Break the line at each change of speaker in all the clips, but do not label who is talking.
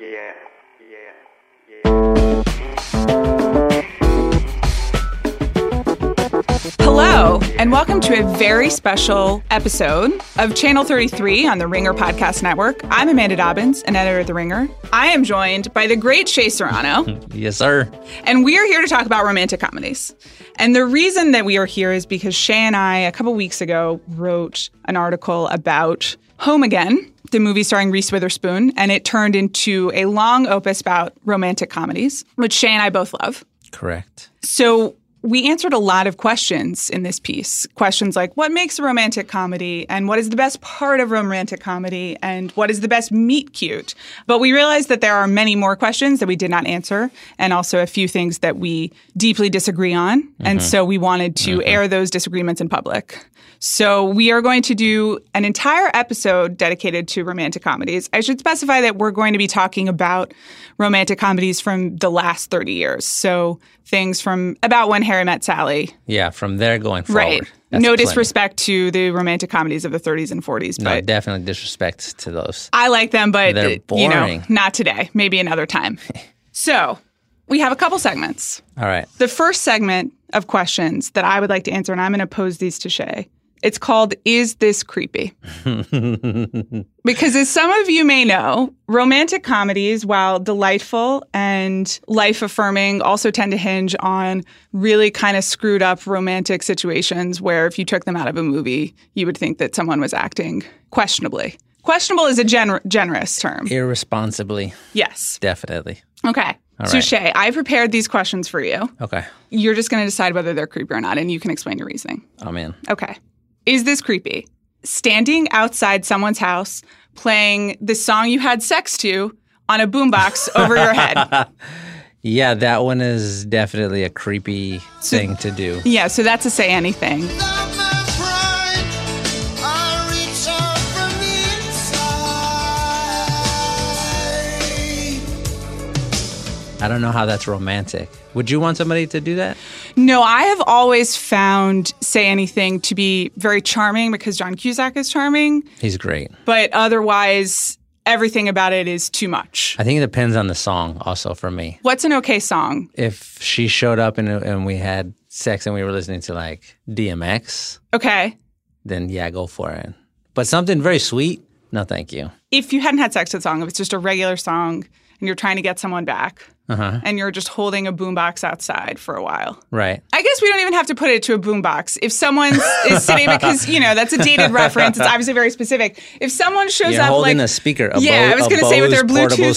Yeah, yeah, yeah.
Hello, and welcome to a very special episode of Channel 33 on the Ringer Podcast Network. I'm Amanda Dobbins, an editor at The Ringer. I am joined by the great Shay Serrano.
yes, sir.
And we are here to talk about romantic comedies. And the reason that we are here is because Shay and I, a couple weeks ago, wrote an article about Home Again, the movie starring Reese Witherspoon, and it turned into a long opus about romantic comedies, which Shay and I both love.
Correct.
So we answered a lot of questions in this piece. Questions like what makes a romantic comedy and what is the best part of romantic comedy and what is the best meet cute. But we realized that there are many more questions that we did not answer and also a few things that we deeply disagree on. Mm-hmm. And so we wanted to mm-hmm. air those disagreements in public. So we are going to do an entire episode dedicated to romantic comedies. I should specify that we're going to be talking about romantic comedies from the last 30 years. So things from about when Harry Met Sally.
Yeah, from there going forward. Right.
That's no plenty. disrespect to the romantic comedies of the 30s and 40s.
But no, definitely disrespect to those.
I like them, but They're boring. you know, not today. Maybe another time. so we have a couple segments.
All right.
The first segment of questions that I would like to answer, and I'm going to pose these to Shay. It's called Is This Creepy? because as some of you may know, romantic comedies, while delightful and life affirming, also tend to hinge on really kind of screwed up romantic situations where if you took them out of a movie, you would think that someone was acting questionably. Questionable is a gen- generous term.
Irresponsibly.
Yes.
Definitely.
Okay. All so, right. Shay, I prepared these questions for you.
Okay.
You're just going to decide whether they're creepy or not, and you can explain your reasoning.
I'm in.
Okay. Is this creepy? Standing outside someone's house playing the song you had sex to on a boombox over your head.
Yeah, that one is definitely a creepy so, thing to do.
Yeah, so that's a say anything.
I don't know how that's romantic. Would you want somebody to do that?
No, I have always found Say Anything to be very charming because John Cusack is charming.
He's great.
But otherwise, everything about it is too much.
I think it depends on the song also for me.
What's an okay song?
If she showed up and, and we had sex and we were listening to like DMX.
Okay.
Then yeah, go for it. But something very sweet, no thank you.
If you hadn't had sex to the song, if it's just a regular song and you're trying to get someone back. Uh-huh. and you're just holding a boombox outside for a while.
Right.
I guess we don't even have to put it to a boombox. If someone is sitting, because you know that's a dated reference, it's obviously very specific. If someone shows
you're
up
holding
like
a speaker,
a yeah,
Bo-
I was going to say with their Bluetooth speaker.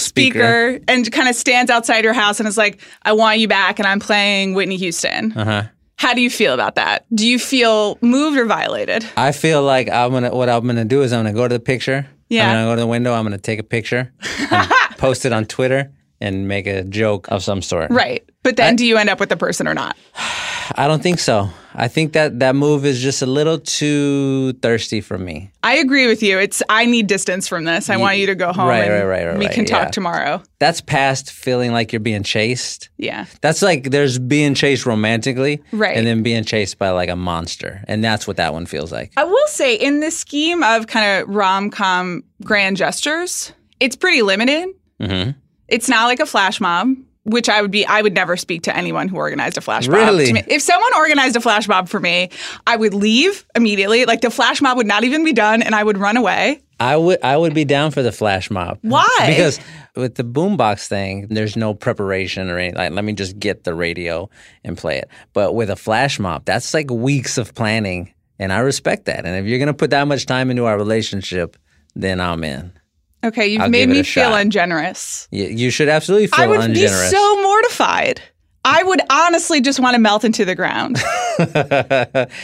speaker. and kind of stands outside your house and is like, "I want you back," and I'm playing Whitney Houston. Uh-huh. How do you feel about that? Do you feel moved or violated?
I feel like I'm gonna. What I'm gonna do is I'm gonna go to the picture.
Yeah.
I'm gonna go to the window. I'm gonna take a picture, post it on Twitter, and make a joke of some sort.
Right. But then I, do you end up with the person or not?
I don't think so. I think that that move is just a little too thirsty for me.
I agree with you. It's I need distance from this. I you, want you to go home.
Right, right, right, right.
We
right,
can talk
yeah.
tomorrow.
That's past feeling like you're being chased.
Yeah.
That's like there's being chased romantically,
right,
and then being chased by like a monster, and that's what that one feels like.
I will say, in the scheme of kind of rom com grand gestures, it's pretty limited.
Mm-hmm.
It's not like a flash mob, which I would be. I would never speak to anyone who organized a flash mob.
Really?
If someone organized a flash mob for me, I would leave immediately. Like the flash mob would not even be done, and I would run away.
I would I would be down for the flash mob.
Why?
Because with the boombox thing, there's no preparation or anything. Like, let me just get the radio and play it. But with a flash mob, that's like weeks of planning, and I respect that. And if you're gonna put that much time into our relationship, then I'm in.
Okay, you've I'll made me feel shot. ungenerous.
You, you, should absolutely feel
I would
ungenerous.
be so mortified. I would honestly just want to melt into the ground.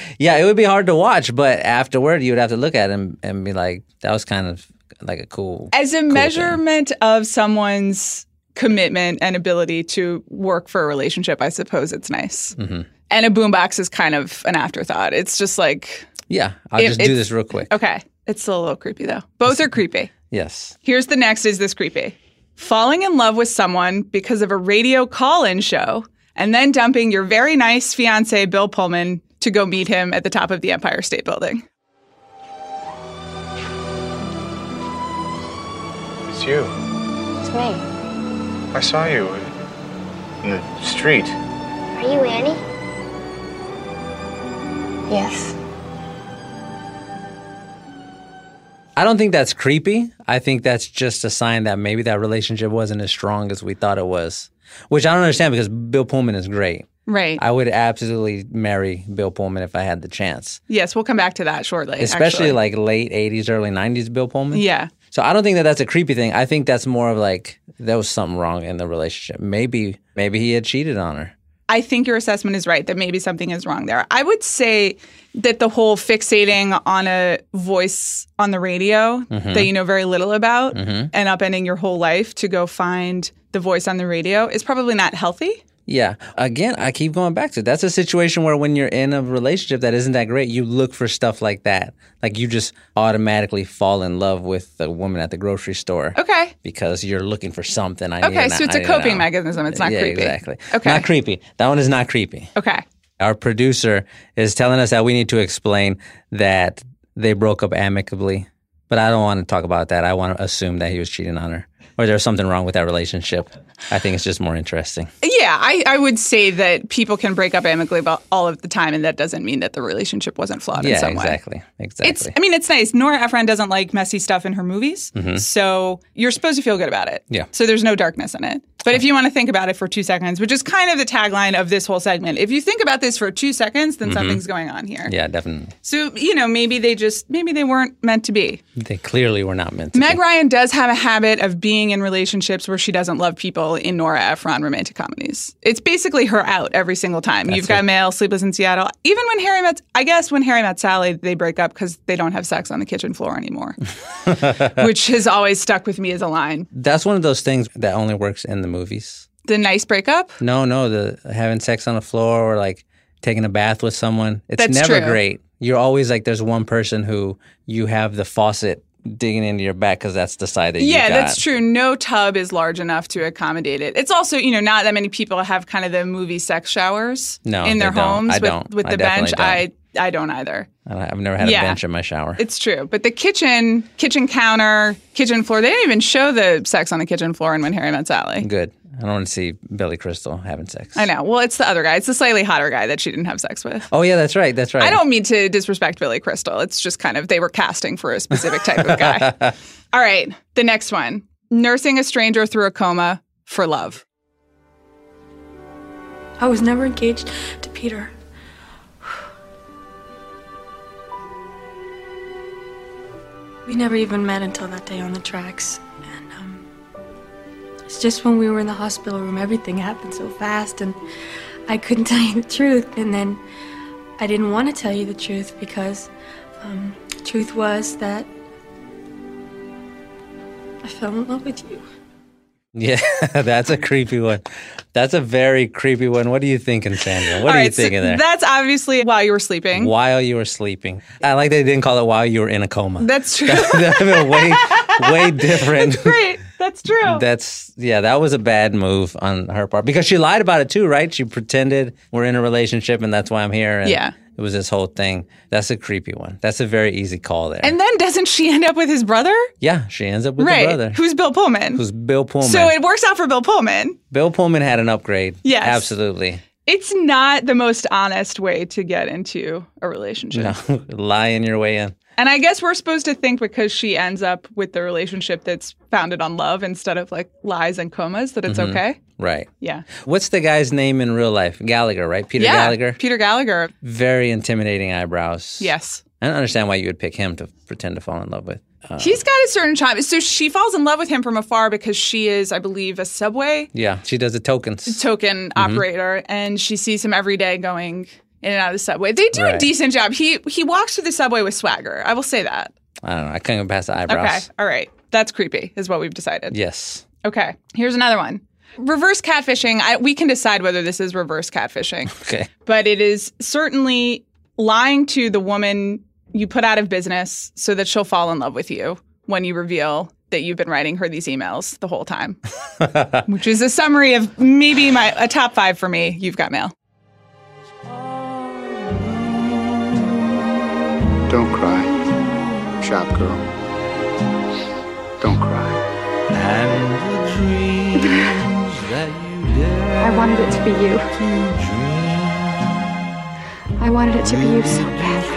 yeah, it would be hard to watch, but afterward, you would have to look at him and be like, that was kind of like a cool.
As a
cool
measurement thing. of someone's commitment and ability to work for a relationship, I suppose it's nice.
Mm-hmm.
And a boombox is kind of an afterthought. It's just like.
Yeah, I'll it, just do this real quick.
Okay. It's still a little creepy, though. Both are creepy.
Yes.
Here's the next is this creepy? Falling in love with someone because of a radio call in show and then dumping your very nice fiance, Bill Pullman, to go meet him at the top of the Empire State Building.
It's you.
It's
me?
I saw you in the street.
Are you Annie? Yes.
I don't think that's creepy. I think that's just a sign that maybe that relationship wasn't as strong as we thought it was, which I don't understand because Bill Pullman is great.
Right.
I would absolutely marry Bill Pullman if I had the chance,
yes, we'll come back to that shortly.
especially
actually.
like late 80s, early 90s Bill Pullman.
Yeah.
So I don't think that that's a creepy thing. I think that's more of like there was something wrong in the relationship. Maybe maybe he had cheated on her.
I think your assessment is right that maybe something is wrong there. I would say that the whole fixating on a voice on the radio
Mm-hmm.
that you know very little about and upending your whole life to go find the voice on the radio is probably not healthy.
Yeah. Again, I keep going back to that's a situation where when you're in a relationship that isn't that great, you look for stuff like that. Like you just automatically fall in love with the woman at the grocery store.
Okay.
Because you're looking for something. I need
Okay,
and
so
I-
it's a
I-
coping
I-
mechanism. It's not
yeah,
creepy.
Exactly.
Okay.
Not creepy. That one is not creepy.
Okay.
Our producer is telling us that we need to explain that they broke up amicably. But I don't want to talk about that. I want to assume that he was cheating on her or there's something wrong with that relationship. I think it's just more interesting.
Yeah, I, I would say that people can break up amicably about all of the time, and that doesn't mean that the relationship wasn't flawed in
yeah,
some way.
exactly. Exactly. Mm-hmm.
It's, I mean, it's nice. Nora Ephron doesn't like messy stuff in her movies, so you're supposed to feel good about it.
Yeah.
So there's no darkness in it. But if you want to think about it for two seconds, which is kind of the tagline of this whole segment, if you think about this for two seconds, then something's going on here.
Mm-hmm. yeah, definitely.
So you know, maybe they just maybe they weren't meant to be.
They clearly were not meant to.
Meg
be.
Ryan does have a habit of being in relationships where she doesn't love people in Nora Ephron romantic comedies. It's basically her out every single time. You've got Mail, Sleepless in Seattle. Even when Harry met, I guess when Harry met Sally, they break up because they don't have sex on the kitchen floor anymore, which has always stuck with me as a line.
That's one of those things that only works in the movies.
The nice breakup.
No, no, the having sex on the floor or like taking a bath with someone. It's
That's
never
true.
great. You're always like there's one person who you have the faucet digging into your back because that's the side that you
Yeah,
got.
that's true. No tub is large enough to accommodate it. It's also, you know, not that many people have kind of the movie sex showers
No,
in
they
their
don't.
homes
I
with,
don't.
with
I
the bench.
definitely
I I don't either.
I don't- I've never had
Yeah.
a bench in my shower.
It's true. But the kitchen, kitchen counter, kitchen floor, they didn't even show the sex on the kitchen floor in When Harry Met Sally.
Good. I don't want to see Billy Crystal having sex.
I know. Well, it's the other guy. It's the slightly hotter guy that she didn't have sex with.
Oh yeah, that's right. That's right.
I don't mean to disrespect Billy Crystal. It's just kind of they were casting for a specific type of guy. All right. The next one nursing a stranger through a coma for love.
I was never engaged to Peter. We never even met until that day on the tracks. And um, it's just when we were in the hospital room, everything happened so fast, and I couldn't tell you the truth. And then I didn't want to tell you the truth because um, truth was that I fell in love with you.
Yeah, that's a creepy one. That's a very creepy one. What are you thinking, Sandra?
All
What are you
right, so
thinking there?
That's obviously while you were sleeping.
while you were sleeping. I like they didn't call it while you were in a coma.
That's true.
That would have been way, way different.
Great. That's true.
That's yeah, that was a bad move on her part because she lied about it too, right? She pretended we're in a relationship and that's why I'm here. And
Yeah.
it was this whole thing. That's a creepy one. That's a very easy call there.
and then doesn't she end up with his brother?
yeah, she ends up with
right.
her brother,
Who's Bill Pullman?
who's Bill Pullman.
so it works out for Bill Pullman.
Bill Pullman had an upgrade.
Yes.
absolutely.
It's not the most honest way to get into a relationship.
Lying your way in.
And I guess we're supposed to think because she ends up with the relationship that's founded on love instead of like lies and comas that
Mm-hmm.
it's okay.
Right.
Yeah.
What's the guy's name in real life? Gallagher, right? Peter
yeah.
Gallagher.
Peter Gallagher.
Very intimidating eyebrows.
Yes.
I don't understand why you would pick him to pretend to fall in love with. Uh,
He's got a certain charm. So she falls in love with him from afar because she is, I believe, a subway
yeah, she does the tokens.
token
Mm-hmm.
operator and she sees him every day going in and out of the subway. They do a
Right.
decent job. He he walks through the subway with swagger. I will say that.
I don't know. I couldn't get past the
Okay.
eyebrows.
All right. That's creepy, is what we've decided.
Yes.
Okay. Here's another one. Reverse catfishing. I, we can decide whether this is reverse catfishing,
Okay.
but it is certainly lying to the woman you put out of business so that she'll fall in love with you when you reveal that you've been writing her these emails the whole time, which is a summary of maybe my a top five for me. You've got mail.
Don't cry, shop girl. Don't cry.
And the
I wanted it to be you. I wanted it to be you so badly.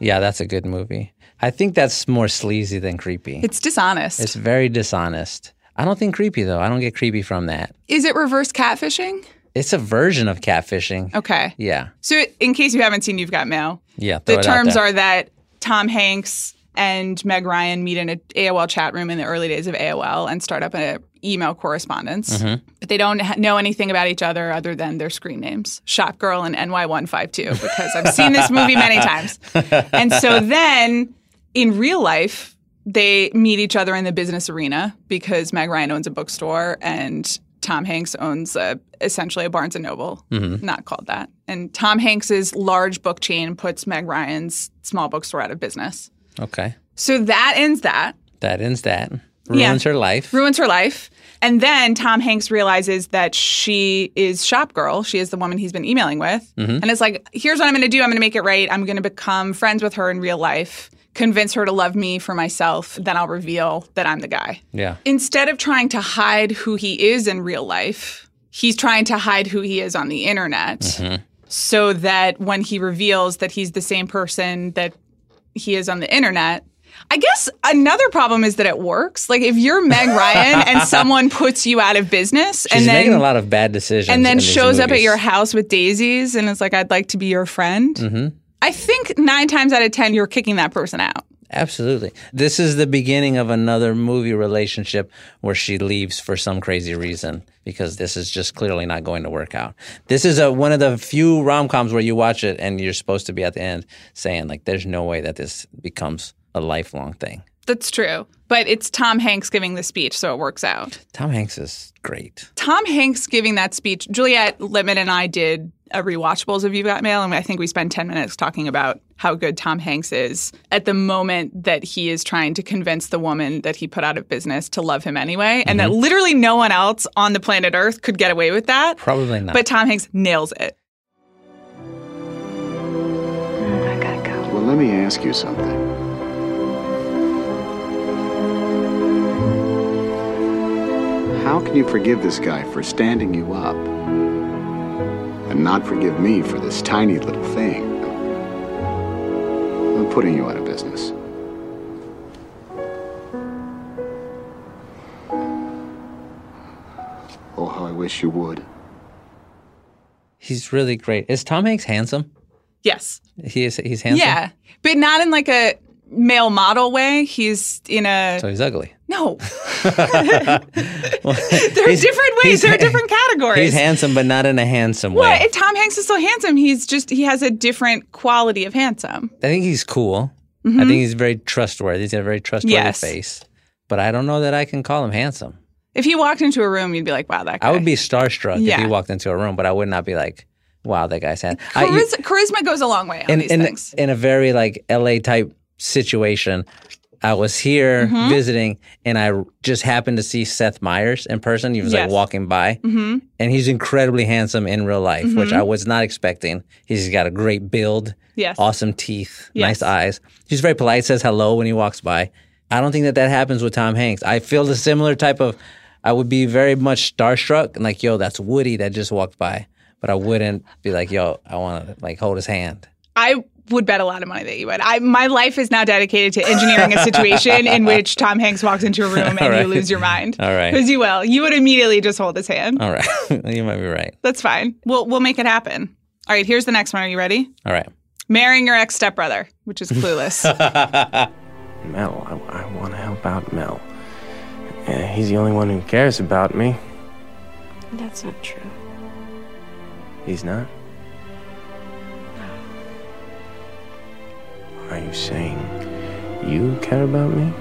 Yeah, that's a good movie. I think that's more sleazy than creepy.
It's dishonest.
It's very dishonest. I don't think creepy though. I don't get creepy from that.
Is it reverse catfishing?
It's a version of catfishing.
Okay.
Yeah.
So, in case you haven't seen You've Got Mail,
Yeah. throw
the
it out
terms
there.
are that Tom Hanks and Meg Ryan meet in an AOL chat room in the early days of AOL and start up an email correspondence.
Mm-hmm.
But they don't ha- know anything about each other other than their screen names, Shop Girl and NY152, because I've seen this movie many times. And so then in real life, they meet each other in the business arena because Meg Ryan owns a bookstore and Tom Hanks owns a, essentially a Barnes and Noble, not called that. And Tom Hanks's large book chain puts Meg Ryan's small bookstore out of business.
Okay.
So that ends that,
That ends that.
Yeah.
Ruins her life.
ruins her life. And then Tom Hanks realizes that she is shop girl. She is the woman he's been emailing with. And it's like, here's what I'm going to do. I'm going to make it right. I'm going to become friends with her in real life, convince her to love me for myself. Then I'll reveal that I'm the guy.
yeah.
instead of trying to hide who he is in real life, he's trying to hide who he is on the internet
Mm-hmm.
so that when he reveals that he's the same person that he is on the internet, I guess another problem is that it works. Like if you're Meg Ryan and someone puts you out of business
She's
and then
making a lot of bad decisions.
and then
in these
shows up at
movies.
your house with daisies and is like, I'd like to be your friend.
Mm-hmm.
I think nine times out of 10, you're kicking that person out.
Absolutely. This is the beginning of another movie relationship where she leaves for some crazy reason because this is just clearly not going to work out. This is a, one of the few rom coms where you watch it and you're supposed to be at the end saying, like, there's no way that this becomes a lifelong thing.
That's true. But it's Tom Hanks giving the speech, so it works out.
Tom Hanks is great.
Tom Hanks giving that speech, Juliet Littman and I did a rewatchables of You Got Mail, and I think we spent 10 minutes talking about how good Tom Hanks is at the moment that he is trying to convince the woman that he put out of business to love him anyway, and
Mm-hmm.
that literally no one else on the planet Earth could get away with that.
Probably not.
But Tom Hanks nails it.
I gotta go.
Well, let me ask you something. How can you forgive this guy for standing you up and not forgive me for this tiny little thing? I'm putting you out of business. Oh, how I wish you would.
he's really great. Is Tom Hanks handsome?
Yes.
He is. He's handsome.
Yeah. But not in like a male model way. He's in a.
So he's ugly.
No. there are
He's-
different ways,
he's-
there are different categories.
He's handsome, but not in a handsome
Well,
way.
if Tom Hanks is so handsome, he's just he has a different quality of handsome.
I think he's cool. I think he's very trustworthy. He's got a very trustworthy
Mm-hmm. Yes.
face. But I don't know that I can call him handsome.
If he walked into a room, you'd be like, "Wow, that guy."
I would be starstruck if
Yeah.
he walked into a room, but I would not be like, wow, that guy's handsome. I- you-
Charis- charisma goes a long way on
in,
these
in,
things.
in a very like LA type situation, I was here
Mm-hmm.
visiting and I just happened to see Seth Meyers in person. He was
Yes. Mm-hmm.
like walking by and he's incredibly handsome in real life, which I was not expecting. He's got a great build,
Yes.
awesome teeth,
Yes.
nice eyes. He's very polite, says hello when he walks by. I don't think that that happens with Tom Hanks. I feel the similar type of, I would be very much starstruck and like, yo, that's Woody that just walked by. But I wouldn't be like, yo, I want to like hold his hand.
I would bet a lot of money that you would. I my life is now dedicated to engineering a situation in which Tom Hanks walks into a room and you
right.
lose your mind.
All right. Uh.
because you will. You would immediately just hold his hand.
All right. you might be right.
That's fine. We'll we'll make it happen. All right, here's the next one. Are you ready?
All right.
Marrying your ex stepbrother, which is clueless.
Mel, I, I want to help out Mel. Uh, he's the only one who cares about me.
That's not true.
He's not. Are you saying you care about me?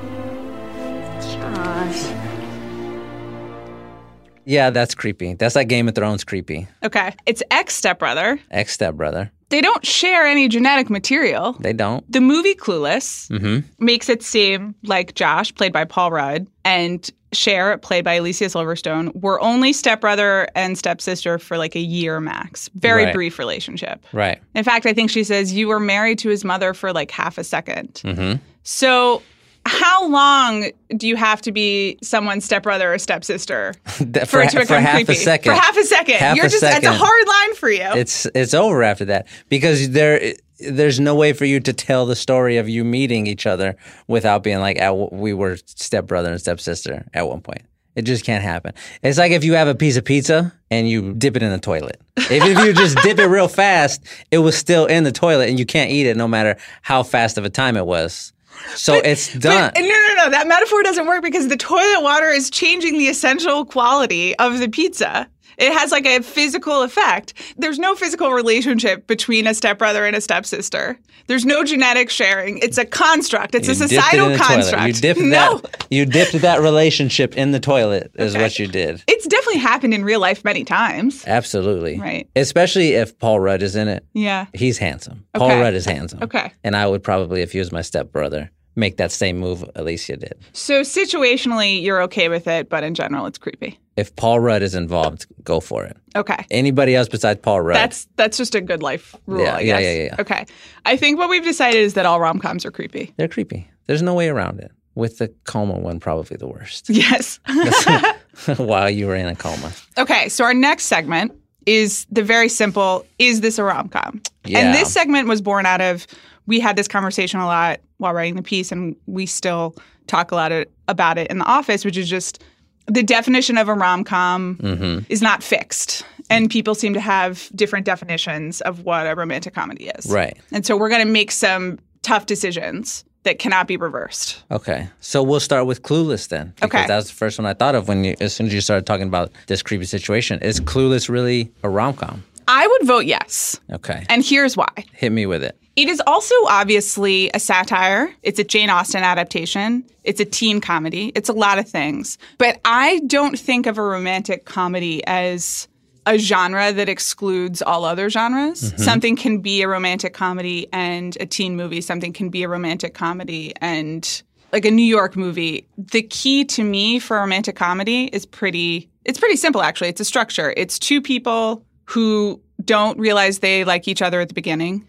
Yeah, that's creepy. That's like Game of Thrones creepy.
okay, it's ex stepbrother.
Ex stepbrother.
They don't share any genetic material.
They don't.
the movie Clueless
Mm-hmm.
makes it seem like Josh, played by Paul Rudd, and Cher, played by Alicia Silverstone, were only stepbrother and stepsister for like a year max. Very
Right.
brief relationship.
Right. Mm-hmm.
In fact, I think she says you were married to his mother for like half a 2nd So How long do you have to be someone's stepbrother or stepsister
That-
for, it
ha-
to become
half
creepy?
a second.
For half a second.
Half
You're
a
just
second.
that's a hard line for you.
it's it's over after that because there there's no way for you to tell the story of you meeting each other without being like "Ah, we were stepbrother and stepsister at one point. It just can't happen. It's like if you have a piece of pizza and you dip it in the toilet. If, if you just dip it real fast, it was still in the toilet and you can't eat it no matter how fast of a time it was. So it's done.
But- no, no, no. That metaphor doesn't work because the toilet water is changing the essential quality of the pizza. It has like a physical effect. There's no physical relationship between a stepbrother and a stepsister. There's no genetic sharing. It's a construct. It's
You
a
dipped it
societal
in the toilet.
construct.
You dipped
no.
that. You dipped that relationship in the toilet is what you did.
It's definitely happened in real life many times.
Absolutely.
Right.
Especially if Paul Rudd is in it.
Yeah.
He's handsome. Paul
Okay.
Rudd is handsome.
Okay.
And I would probably, if he was my stepbrother, make that same move Alicia did.
So situationally, you're okay with it, but in general, it's creepy.
If Paul Rudd is involved, go for it.
Okay.
Anybody else besides Paul Rudd?
That's that's just a good life rule,
Yeah,
I
yeah,
guess.
yeah, yeah.
Okay. I think what we've decided is that all rom coms are creepy.
They're creepy. There's no way around it. With the coma one, probably the worst.
Yes.
While you were in a coma.
Okay, so our next segment is the very simple Is this a rom com?
Yeah.
And this segment was born out of, we had this conversation a lot while writing the piece, and we still talk a lot of, about it in the office, which is just the definition of a rom com is not fixed. And people seem to have different definitions of what a romantic comedy is.
Right.
And so we're going to make some tough decisions that cannot be reversed.
Okay, so we'll start with Clueless then, because
Okay.
that was the first one I thought of when you, as soon as you started talking about this creepy situation. Is Clueless really a rom com?
I would vote yes.
Okay,
And here's why.
hit me with it.
It is also obviously a satire. It's a Jane Austen adaptation. It's a teen comedy. It's a lot of things. But I don't think of a romantic comedy as a genre that excludes all other genres. Something can be a romantic comedy and a teen movie. Something can be a romantic comedy and like a New York movie. The key to me for a romantic comedy is pretty it's pretty simple actually. It's a structure. It's two people who don't realize they like each other at the beginning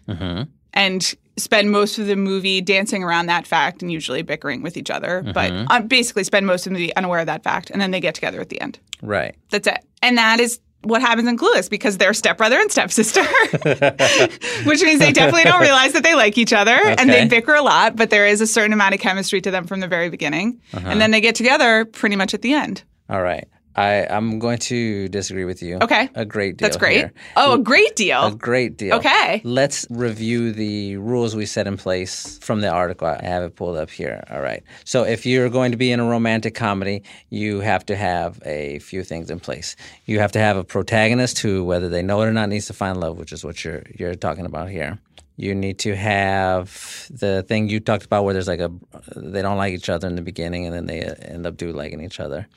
and spend most of the movie dancing around that fact and usually bickering with each other, but
Mm-hmm.
um, basically spend most of the movie unaware of that fact, and then they get together at the end.
Right.
That's it. And that is what happens in Clueless because they're stepbrother and stepsister, which means they definitely don't realize that they like each other and
Okay.
they bicker a lot, but there is a certain amount of chemistry to them from the very beginning.
Uh-huh.
And then they get together pretty much at the end.
All right. I I'm going to disagree with you.
Okay.
A great deal.
That's great.
here. um,
Oh, a great
A
deal.
great deal.
Okay.
Let's review the rules we set in place from the article. I have it pulled up here. All right. So, if you're going to be in a romantic comedy, you have to have a few things in place. You have to have a protagonist who, whether they know it or not, needs to find love, which is what you're you're talking about here. You need to have the thing you talked about where there's like a they don't like each other in the beginning and then they end up do liking each other.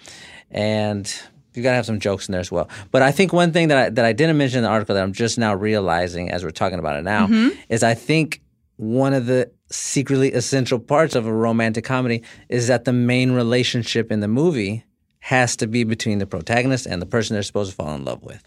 And you gotta have some jokes in there as well. But I think one thing that I, that I didn't mention in the article that I'm just now realizing as we're talking about it now is I think one of the secretly essential parts of a romantic comedy is that the main relationship in the movie has to be between the protagonist and the person they're supposed to fall in love with.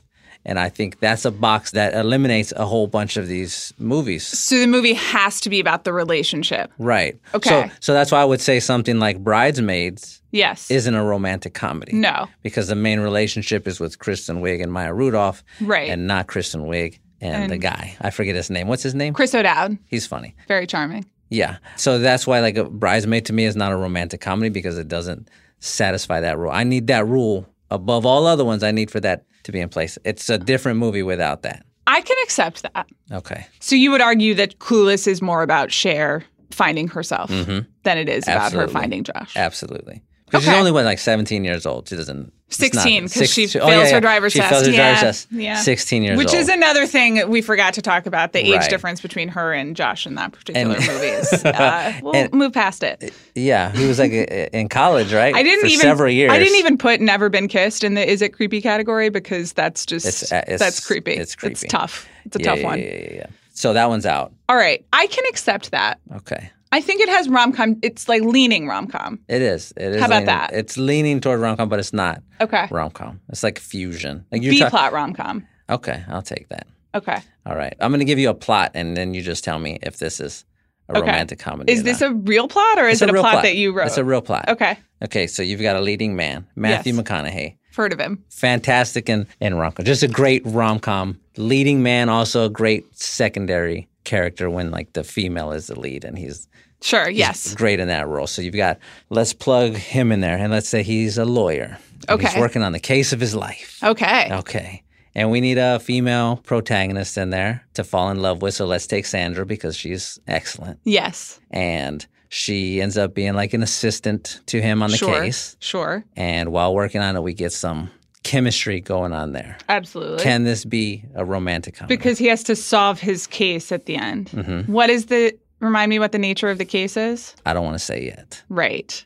And I think that's a box that eliminates a whole bunch of these movies.
So the movie has to be about the relationship.
Right. So,
Okay.
so that's why I would say something like Bridesmaids
Yes.
isn't a romantic comedy.
No.
because the main relationship is with Kristen Wiig and Maya Rudolph,
Right.
And not Kristen Wiig and, the guy. I forget his name. What's his name?
Chris O'Dowd,
He's funny.
very charming.
Yeah. So that's why like a bridesmaid to me is not a romantic comedy because it doesn't satisfy that rule. I need that rule above all other ones. I need for that to be in place. It's a different movie without that.
I can accept that.
Okay.
So you would argue that Clueless is more about Cher finding herself than it is about
Mm-hmm. Absolutely.
her finding Josh.
Absolutely. Because she's
Okay.
only what, like seventeen years old. She doesn't. it's not-
16, 'cause
six-
she
oh,
fails her driver's
she
test.
fails her
Yeah,
driver's test.
yeah.
Sixteen years
Which
old.
is another thing that we forgot to talk about the age
Right.
difference between her and Josh in that particular
And-
movie. Is, uh, we'll move past it.
Yeah, he was like uh, in college, right?
I didn't
for
even
several years.
I didn't even put "never been kissed" in the "is it creepy" category because that's just
It's- uh, it's-
that's creepy.
it's
It's
creepy.
tough. It's a
Yeah,
tough
yeah,
one.
Yeah, yeah, yeah. So that one's out.
All right, I can accept that.
Okay,
I think it has rom com. It's like leaning rom com.
it is. It is.
How about
leaning-
that?
It's leaning toward rom com, but it's not
Okay,
rom com. It's like fusion. Like
B
talk-
plot rom com.
Okay, I'll take that.
Okay.
All right, I'm going to give you a plot, and then you just tell me if this is a
Okay.
romantic comedy.
Is
or
this
not.
a real plot or is
It's
it a
real
plot, that you wrote?
It's a real plot.
Okay.
Okay, so you've got a leading man, Matthew
Yes.
McConaughey.
Heard of him.
Fantastic in, in rom com. Just a great rom com. Leading man, also a great secondary character when like the female is the lead and he's
Sure.
He's
Yes.
great in that role. So you've got let's plug him in there, and let's say he's a lawyer. And
Okay.
he's working on the case of his life.
Okay.
Okay, and we need a female protagonist in there to fall in love with. So let's take Sandra because she's excellent,
Yes.
and she ends up being like an assistant to him on the
sure.
case.
Sure.
And while working on it, we get some chemistry going on there.
Absolutely.
Can this be a romantic comedy?
because he has to solve his case at the end.
Mm-hmm.
What is the remind me what the nature of the case is?
I don't want to say yet.
Right.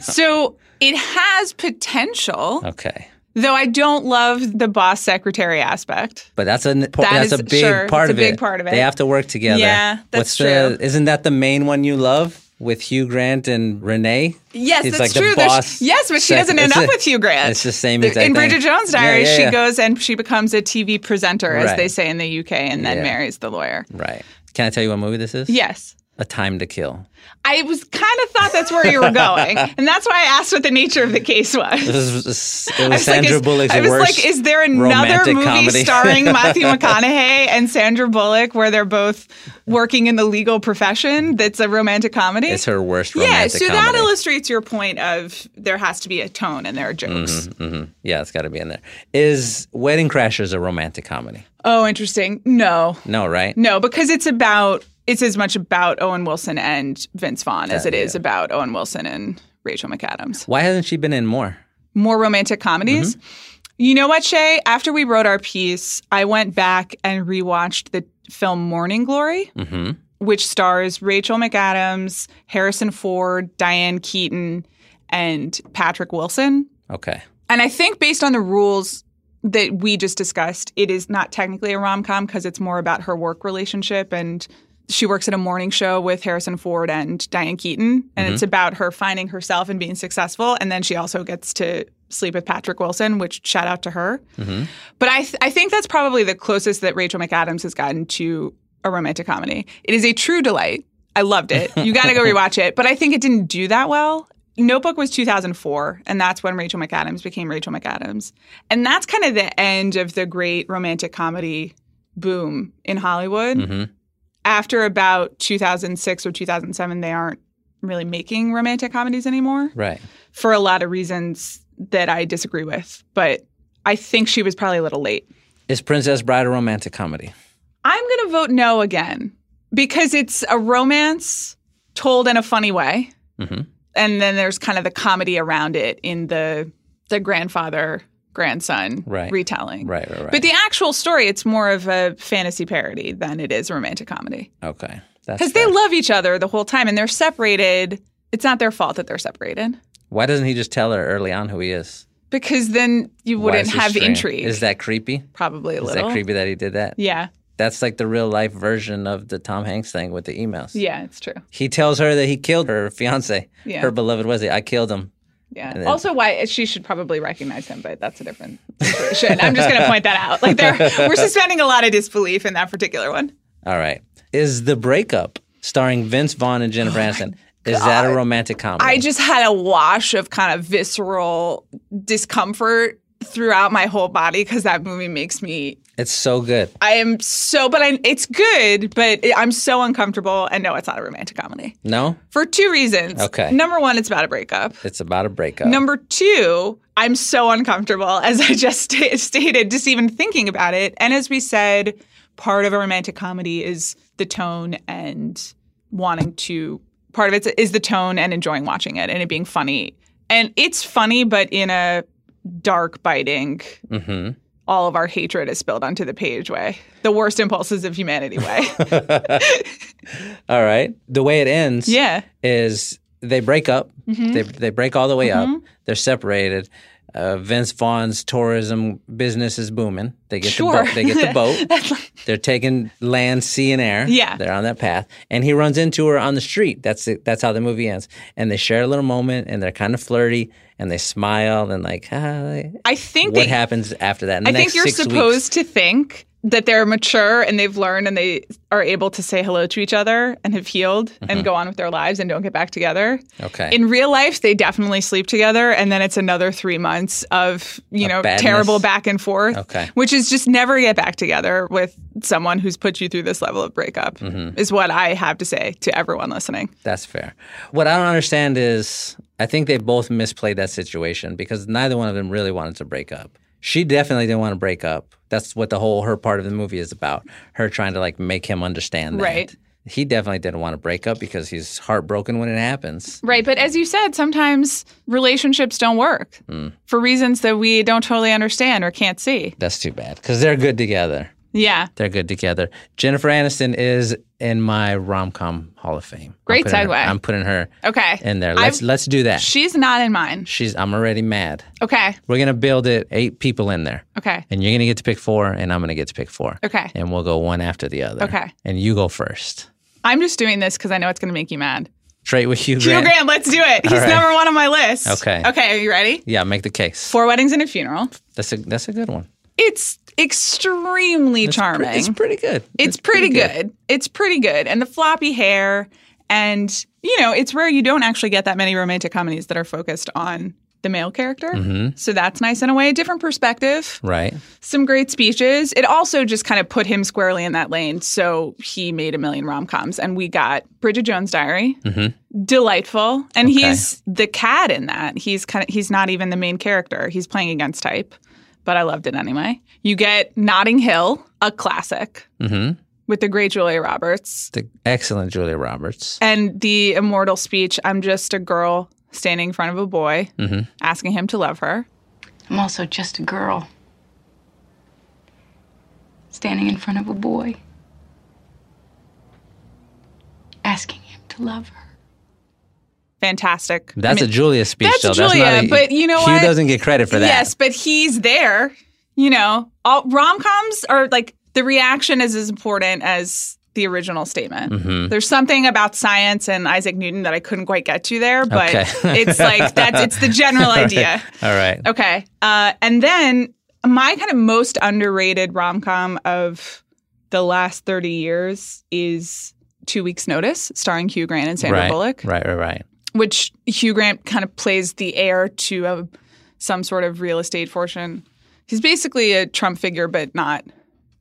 so it has potential,
Okay.
though I don't love the boss secretary aspect.
But that's a n- po-
That
that's
is-
a big
sure,
part
that's a
of it.
big part of it.
They have to work together.
Yeah, that's
The, isn't that the main one you love with Hugh Grant and Renee?
Yes,
He's
that's
like the
true. There's-
boss
yes, but she
sec-
doesn't
it's
end
the-
up with Hugh Grant.
it's the same
The-
exact
In
thing.
Bridget Jones'
Yeah,
Diaries,
yeah, yeah.
she goes and she becomes a TV presenter, as
Right.
they say in the UK, and then
Yeah.
marries the lawyer.
Right. Can I tell you what movie this is?
Yes.
A Time to Kill.
I was kind of thought that's where you were going, and that's why I asked what the nature of the case was.
This is, it was,
I was
Sandra
like, is,
Bullock's
I was
worst
like, is there another
romantic
movie
comedy.
starring Matthew McConaughey and Sandra Bullock where they're both working in the legal profession that's a romantic comedy?
It's her worst
yeah, so
romantic
that
comedy.
illustrates your point of there has to be a tone and there are jokes.
Mm-hmm. yeah, it's got to be in there. Is Wedding Crashers a romantic comedy?
Oh, interesting. No,
No, right?
no, because it's about it's as much about Owen Wilson and Vince Vaughn as it is about Owen Wilson and Rachel McAdams.
Why hasn't she been in more?
more romantic comedies. You know what, Shay? After we wrote our piece, I went back and rewatched the film Morning Glory, which stars Rachel McAdams, Harrison Ford, Diane Keaton, and Patrick Wilson.
Okay.
And I think based on the rules that we just discussed, it is not technically a rom com because it's more about her work relationship and she works at a morning show with Harrison Ford and Diane Keaton. And it's about her finding herself and being successful. And then she also gets to sleep with Patrick Wilson, which shout out to her. But I, th- I think that's probably the closest that Rachel McAdams has gotten to a romantic comedy. It is a true delight. I loved it. You got to go rewatch it. But I think it didn't do that well. Notebook was 2004, and that's when Rachel McAdams became Rachel McAdams. And that's kind of the end of the great romantic comedy boom in Hollywood. After about 2006 or 2007, they aren't really making romantic comedies anymore
Right.
for a lot of reasons that I disagree with. But I think she was probably a little late.
Is Princess Bride a romantic comedy?
I'm going to vote no again because it's a romance told in a funny way.
Mm-hmm.
And then there's kind of the comedy around it in the the grandfather grandson
Right.
retelling.
Right, right, right.
But the actual story, it's more of a fantasy parody than it is a romantic comedy
Okay. That's
because they
fair.
love each other the whole time and they're separated. It's not their fault that they're separated
Why doesn't he just tell her early on who he is?
because then you
Why
wouldn't
is he
have
strange?
intrigue.
Is that creepy?
probably a
Is
little?
that creepy that he did that?
Yeah,
That's like the real life version of the Tom Hanks thing with the emails.
yeah, it's true.
He tells her that he killed her fiance,
Yeah.
her beloved Wesley. I killed him.
Yeah.
And then-
also, why she should probably recognize him, but that's a different situation. I'm just going to point that out. Like, there, we're suspending a lot of disbelief in that particular one.
All right. Is the breakup starring Vince Vaughn and Jennifer Aniston? Is that a romantic comedy?
Oh I just had a wash of kind of visceral discomfort throughout my whole body because that movie makes me.
it's so good.
I am so, but I, it's good, but I'm so uncomfortable. And no, it's not a romantic comedy
No,
for two reasons.
Okay.
Number one, it's about a breakup.
it's about a breakup.
Number two, I'm so uncomfortable, as I just sta- stated, just even thinking about it. And as we said, part of a romantic comedy is the tone and wanting to, part of it is the tone and enjoying watching it and it being funny. And it's funny, but in a dark, biting,
Mm-hmm.
all of our hatred is spilled onto the page way, the worst impulses of humanity way.
All right. The way it ends
yeah.
is they break up.
Mm-hmm.
They, they break all the way up. They're separated. Uh, Vince Vaughn's tourism business is booming. They get the
Sure.
boat. They get the boat. They're taking land, sea, and air.
Yeah.
they're on that path, and he runs into her on the street. That's it. That's how the movie ends. And they share a little moment, and they're kind of flirty, and they smile, and like, hi.
I think
what
that
happens after that? in the
I think
next
you're
six
supposed
weeks?
to think that they're mature and they've learned and they are able to say hello to each other and have healed and go on with their lives and don't get back together.
Mm-hmm. Okay.
In real life, they definitely sleep together, and then it's another three months of you
Of
know
badness?
terrible back and forth.
Okay.
Which is just never get back together with someone who's put you through this level of breakup
Mm-hmm.
is what I have to say to everyone listening.
That's fair. What I don't understand is I think they both misplayed that situation because neither one of them really wanted to break up. She definitely didn't want to break up. That's what the whole her part of the movie is about. Her trying to like make him understand that.
Right.
He definitely didn't want to break up because he's heartbroken when it happens.
Right. But as you said, sometimes relationships don't work
Mm.
for reasons that we don't totally understand or can't see.
That's too bad because they're good together.
Yeah.
They're good together. Jennifer Aniston is in my rom com Hall of Fame. I'm
Great
putting her-
segue.
I'm putting her
Okay.
in there. Let's let's do that.
She's not in mine.
She's I'm already mad.
Okay.
We're gonna build it eight people in there.
Okay.
and you're gonna get to pick four, and I'm gonna get to pick four.
Okay.
And we'll go one after the other.
Okay.
And you go first.
I'm just doing this because I know it's going to make you mad.
Straight with Hugh
Hugh
Grant.
Grant, let's do it. He's
right.
number one on my list.
Okay.
Okay. Are you ready?
Yeah, make the case.
Four weddings and a funeral.
That's a that's a good one.
It's extremely charming.
It's pretty good.
It's pretty, good. It's pretty good. And the floppy hair. And, you know, it's rare you don't actually get that many romantic comedies that are focused on the male character.
Mm-hmm.
So that's nice in a way. Different perspective,
Right.
some great speeches. It also just kind of put him squarely in that lane. So he made a million rom coms. And we got Bridget Jones' Diary. Delightful. And he's the cad in that. He's kind of, he's not even the main character, he's playing against type. But I loved it anyway. You get Notting Hill, a classic
Mm-hmm.
with the great Julia Roberts
The excellent Julia Roberts.
and the immortal speech I'm just a girl standing in front of a boy asking him to love her.
I'm also just a girl. Standing in front of a boy. Asking him to love her.
Fantastic. I
That's
mean,
a Julia speech.
that's a
though.
Julia,
that's not a,
but you know
Hugh
what?
doesn't get credit for that.
Yes, but he's there. You know, all rom coms are like the reaction is as important as the original statement.
Mm-hmm.
There's something about science and Isaac Newton that I couldn't quite get to there, but
Okay.
it's like that's it's the general idea.
All right.
Okay. Uh, and then my kind of most underrated rom com of the last 30 years is Two Weeks Notice, starring Hugh Grant and Sandra
right.
Bullock,
Right. Right. Right.
which Hugh Grant kind of plays the heir to a, some sort of real estate fortune. He's basically a Trump figure, but not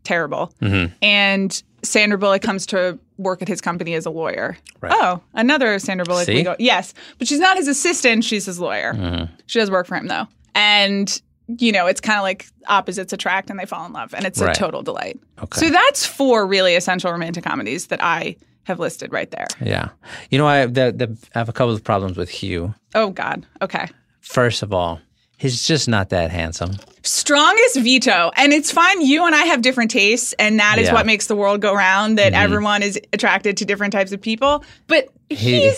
terrible.
Mm-hmm.
And Sandra Bullock comes to work at his company as a lawyer.
Right.
Oh, another Sandra Bullock.
See? Mm-hmm.
legal- yes, but she's not his assistant; she's his lawyer. She does work for him though, and you know it's kind of like opposites attract, and they fall in love, and it's
Right.
a total delight.
Okay.
So that's four really essential romantic comedies that I have listed right there.
Yeah. You know, I the, the, I have a couple of problems with Hugh.
Oh God, okay.
First of all, he's just not that handsome.
Strongest veto, and it's fine. You and I have different tastes, and that is
Yeah. Mm-hmm.
what makes the world go round. That everyone is attracted to different types of people, but
He-
he's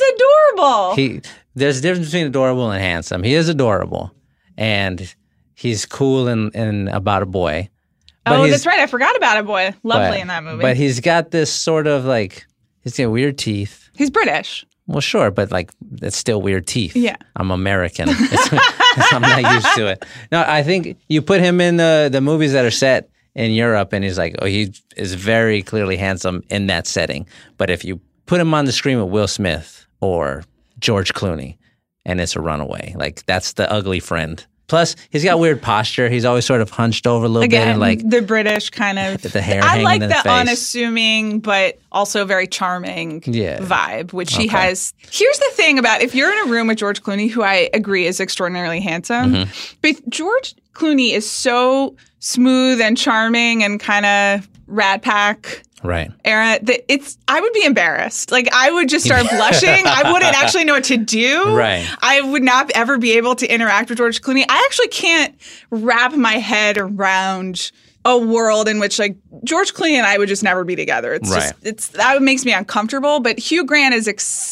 adorable.
he there's a difference between adorable and handsome. He is adorable, and he's cool and, and about a boy. But
oh,
he's-
that's right. I forgot about a boy. Lovely
but-
in that movie.
But he's got this sort of like he's got weird teeth.
He's British.
Well, sure, but like it's still weird teeth.
Yeah.
I'm American. It's- I'm not used to it. No, I think you put him in the the movies that are set in Europe, and he's like, oh, he is very clearly handsome in that setting. But if you put him on the screen with Will Smith or George Clooney, and it's a runaway. Like that's the ugly friend. Plus, he's got weird posture. He's always sort of hunched over a little bit,
Again,
and like
the British kind of.
the hair
I
hanging
like
in
the,
the face.
unassuming but also very charming
Yeah.
vibe, which he has. Here's the thing about if you're in a room with George Clooney, who I agree is extraordinarily handsome,
Mm-hmm.
but George Clooney is so smooth and charming and kind of rat pack.
right.
Era that it's I would be embarrassed. Like I would just start blushing. I wouldn't actually know what to do.
Right.
I would not ever be able to interact with George Clooney. I actually can't wrap my head around a world in which like George Clooney and I would just never be together. It's
Right.
just it's that makes me uncomfortable. But Hugh Grant is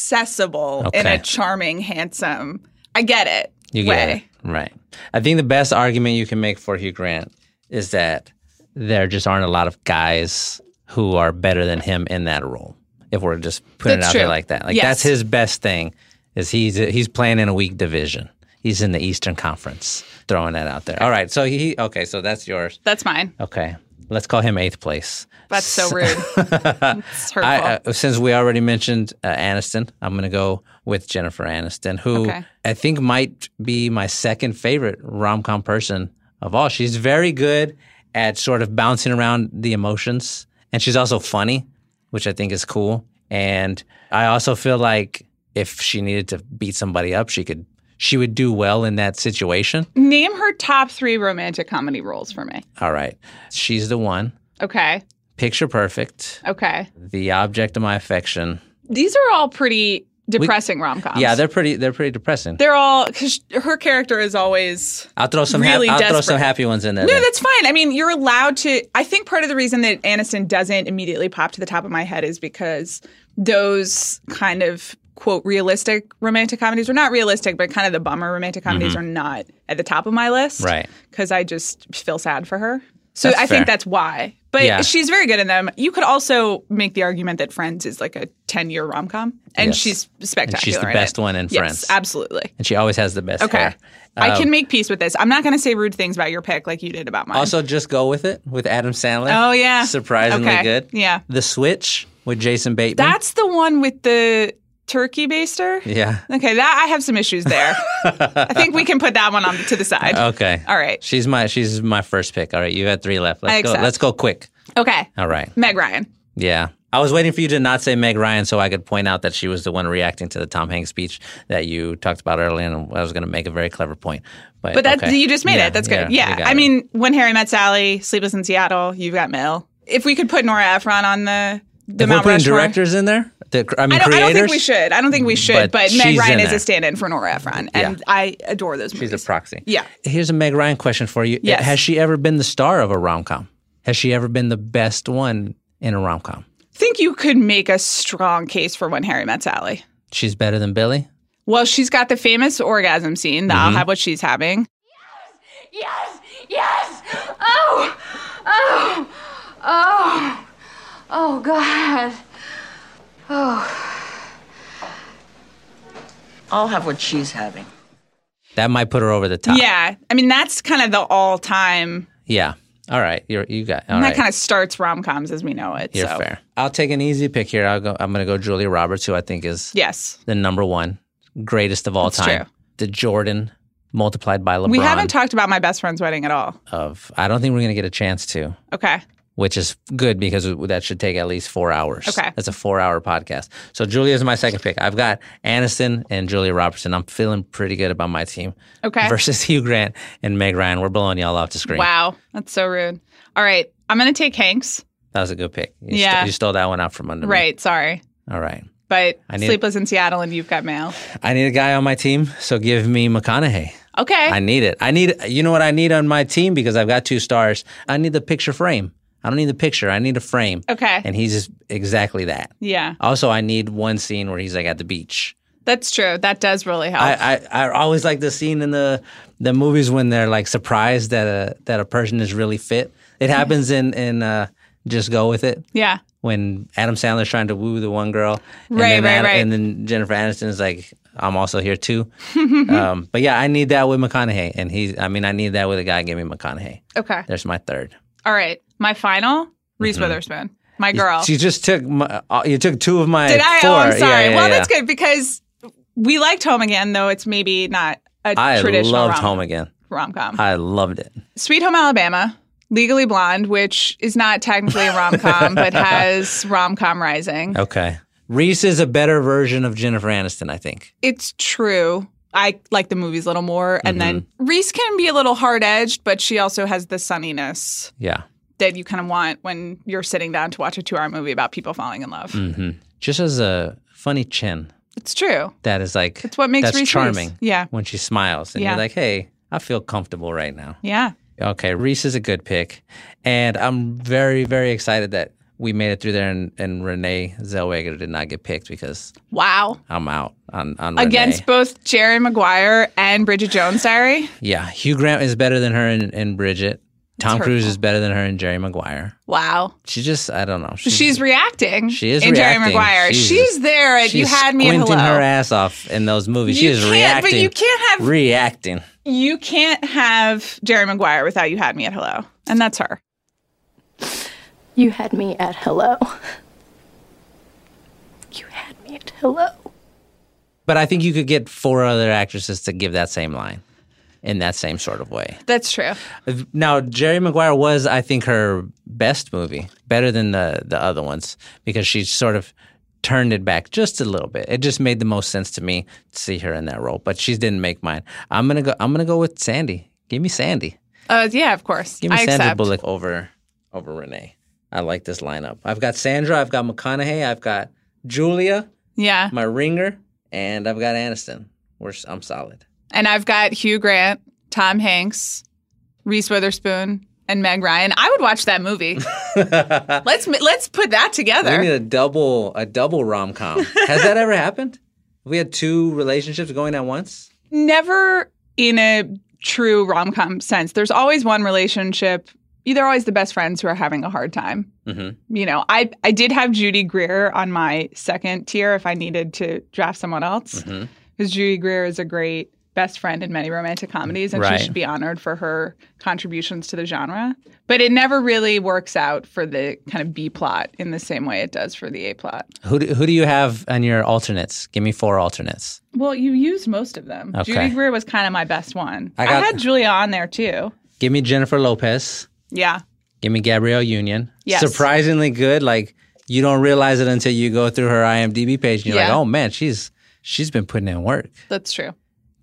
accessible in
Okay.
a charming, handsome. I get it.
You
way.
get it. Right. I think the best argument you can make for Hugh Grant is that there just aren't a lot of guys who are better than him in that role. If we're just putting
That's
it out there
true.
like that. Like
Yes.
that's his best thing is he's he's playing in a weak division. He's in the Eastern Conference. Throwing that out there. All right. So he okay, so that's yours.
That's mine.
Okay. Let's call him eighth place.
That's so rude. it's hurtful.
I, uh, since we already mentioned uh, Aniston, I'm going to go with Jennifer Aniston, who
Okay.
I think might be my second favorite rom com person of all. She's very good at sort of bouncing around the emotions, and she's also funny, which I think is cool. And I also feel like if she needed to beat somebody up, she could. She would do well in that situation.
Name her top three romantic comedy roles for me.
All right. She's the one.
Okay.
Picture perfect.
Okay.
The object of my affection.
These are all pretty depressing rom coms.
Yeah, they're pretty. They're pretty depressing.
They're all because her character is always.
I'll throw some.
really
hap- I'll throw
desperate.
some happy ones in there.
No,
then.
that's fine. I mean, you're allowed to. I think part of the reason that Aniston doesn't immediately pop to the top of my head is because those kind of quote realistic romantic comedies are not realistic, but kind of the bummer romantic comedies are not at the top of my list.
Mm-hmm. Right.
Because I just feel sad for her. So
That's
I
fair.
think that's why. But
Yeah.
she's very good in them. You could also make the argument that Friends is like a 10 year rom com, and
Yes.
she's
and
spectacular.
she's the
in
best
it.
one in
Yes,
Friends, Um,
absolutely.
and she always has the best
Okay.
hair.
I can make peace with this. I'm not going to say rude things about your pick like you did about mine.
Also, just go with it with Adam Sandler.
Oh, yeah.
surprisingly
Okay.
good.
Yeah.
The Switch with Jason Bateman.
That's the one with the turkey baster.
yeah.
Okay, that I have some issues there. I think we can put that one on to the side.
Okay.
All right.
She's my she's my first pick. All right, you had three left. Let's
I
go.
accept.
Let's go quick.
Okay.
All right.
Meg Ryan.
Yeah. I was waiting for you to not say Meg Ryan so I could point out that she was the one reacting to the Tom Hanks speech that you talked about earlier, and I was going to make a very clever point. But,
But that
okay.
you just made
Yeah,
it. That's good.
yeah,
Yeah.
you got
I
it.
mean, when Harry met Sally, Sleepless in Seattle, you've got Mel. If we could put Nora Ephron on the the
If we're
Mount
putting
Rushmore.
directors in there, the, I mean
I don't, I
creators.
don't think we should. I don't think we should.
But
But,
she's
Meg Ryan
in
is
there.
a stand-in for Nora Ephron, and I adore those movies.
She's a proxy.
Yeah.
Here's a Meg Ryan question for you.
Yes.
Has she ever been the star of a rom com? Has she ever been the best one in a rom com?
think you could make a strong case for when Harry met Sally.
She's better than Billy.
Well, she's got the famous orgasm scene that I'll
Mm-hmm.
have what she's having.
Yes! Yes! Oh! Oh! Oh! Oh, God.
I'll have what she's having.
That might put her over the top.
Yeah. I mean, that's kind of the all time.
Yeah. All right. You're, you got. all
That
right.
kind of starts rom coms as we know it.
You're
so,
fair. I'll take an easy pick here. I'll go. I'm going to go Julia Roberts, who I think is
yes.
the number one greatest of all
That's
time.
true.
The Jordan multiplied by LeBron.
We haven't talked about my best friend's wedding at all.
of. I don't think we're going to get a chance to.
Okay.
which is good because that should take at least four hours.
Okay.
That's a four hour podcast. So Julia's my second pick. I've got Aniston and Julia Robertson. I'm feeling pretty good about my team.
Okay.
Versus Hugh Grant and Meg Ryan. We're blowing y'all off the screen.
Wow. That's so rude. All right. I'm going to take Hanks.
That was a good pick. You
Yeah.
st- you stole that one out from under me.
Right. Sorry.
All right.
But
I need-
Sleepless in Seattle and You've Got Mail.
I need a guy on my team, so give me McConaughey.
Okay.
I need it. I need you know what I need on my team because I've got two stars. I need the picture frame. I don't need the picture. I need a frame.
Okay.
And he's just exactly that.
yeah.
Also, I need one scene where he's like at the beach.
That's true. That does really help.
I, I, I always like the scene in the the movies when they're like surprised that a that a person is really fit. It happens in in uh, Just Go with It
yeah.
when Adam Sandler's trying to woo the one girl, and
Right,
then
right, right.
and then Jennifer Aniston is like, "I'm also here too." um, but yeah, I need that with McConaughey, and he's. I mean, I need that with a guy. Give me McConaughey.
Okay.
There's my third.
All right. My final
Mm-hmm.
Reese Witherspoon. My girl.
You just took my, uh, you took two of my.
Did I?
Four.
Oh, I'm sorry.
Yeah, yeah,
well,
yeah.
that's good because we liked Home Again, though it's maybe not a
I
traditional
loved
rom-
Home Again.
rom-com.
I loved it.
Sweet Home Alabama, Legally Blonde, which is not technically a rom-com but has rom-com rising.
Okay. Reese is a better version of Jennifer Aniston, I think.
It's true. I like the movies a little more, and then
Mm-hmm.
Reese can be a little hard-edged, but she also has the sunniness
Yeah.
that you kind of want when you're sitting down to watch a two-hour movie about people falling in love.
Mm. Mm-hmm. Just as a funny chin
It's true.
that is like
It's what makes
that's
Reese Reese.
charming.
Yeah.
When she smiles and
Yeah.
you're like, hey, I feel comfortable right now.
Yeah.
Okay, Reese is a good pick. And I'm very, very excited that we made it through there and, and Renee Zellweger did not get picked because
Wow.
I'm out on, on
Against
Renee.
both Jerry Maguire and Bridget Jones' Diary.
Yeah. Hugh Grant is better than her and, and Bridget. Tom Cruise
hurtful.
is better than her and Jerry Maguire.
Wow.
She just I don't know.
She's reacting.
Mm-hmm. She is
in Jerry
reacting.
Maguire.
She's-
She's, there at You
She's
Had Me at
squinting
Hello.
her ass off in those movies. she
You
is
can't-
reacting.
but you can't have-
reacting.
You can't have Jerry Maguire without You Had Me at Hello. And that's her.
You had me at hello. You had me at hello.
But I think you could get four other actresses to give that same line in that same sort of way.
That's true.
Now, Jerry Maguire was, I think, her best movie, better than the, the other ones, because she sort of turned it back just a little bit. It just made the most sense to me to see her in that role, but she didn't make mine. I'm gonna go. I'm gonna go with Sandy. Give me Sandy.
Uh, yeah, of course.
Give me
I
Sandra
accept.
Bullock over over Renee. I like this lineup. I've got Sandra. I've got McConaughey. I've got Julia,
Yeah,
my ringer, and I've got Aniston. We're, s- I'm solid.
and I've got Hugh Grant, Tom Hanks, Reese Witherspoon, and Meg Ryan. I would watch that movie. let's ma- let's put that together.
We need a double a double rom com. Has that ever happened? We had two relationships going at once.
never in a true rom com sense. There's always one relationship. They're always the best friends who are having a hard time.
Mm-hmm.
You know, I, I did have Judy Greer on my second tier if I needed to draft someone else, because
Mhm.
Judy Greer is a great best friend in many romantic comedies, and
Right.
she should be honored for her contributions to the genre. But it never really works out for the kind of B plot in the same way it does for the A plot.
Who do, who do you have on your alternates? Give me four alternates.
Well, you used most of them.
Okay.
Judy Greer was kind of my best one.
I got-
I had Julia on there too.
Give me Jennifer Lopez.
Yeah.
Give me Gabrielle Union.
Yes.
Surprisingly good. Like you don't realize it until you go through her IMDb page and you're like,
Yeah.
oh man, she's she's been putting in work.
That's true.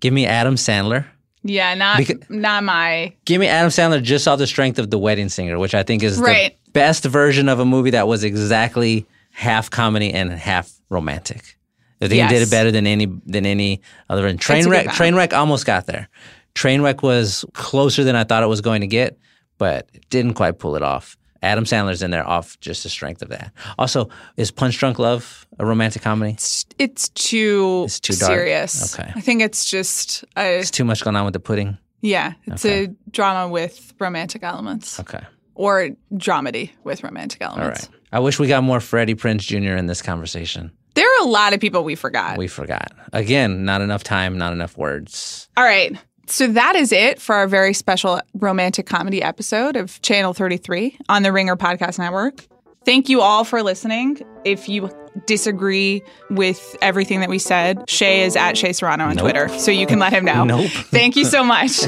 Give me Adam Sandler.
Yeah, not
Becau-
not my
Give me Adam Sandler just off the strength of The Wedding Singer, which I think is
Right.
the best version of a movie that was exactly half comedy and half romantic. I think he did
Yes.
it better than any than any other.
a
And
good
Trainwreck,
balance.
Trainwreck almost got there. Trainwreck was closer than I thought it was going to get, but it didn't quite pull it off. Adam Sandler's in there off just the strength of that. Also, is Punch Drunk Love a romantic comedy?
it's, it's too
It's too dark.
serious.
Okay.
I think it's just a
It's too much going on with the pudding.
yeah, it's
Okay.
a drama with romantic elements
Okay.
or dramedy with romantic
All
elements.
right. I wish we got more Freddie Prince Jr. in this conversation.
There are a lot of people we forgot.
We forgot. Again, not enough time, not enough words.
All right. So that is it for our very special romantic comedy episode of Channel 33 on the Ringer Podcast Network. Thank you all for listening. If you disagree with everything that we said, Shay is at Shay Serrano on
Nope.
Twitter, so you can let him know.
Nope.
Thank you so much.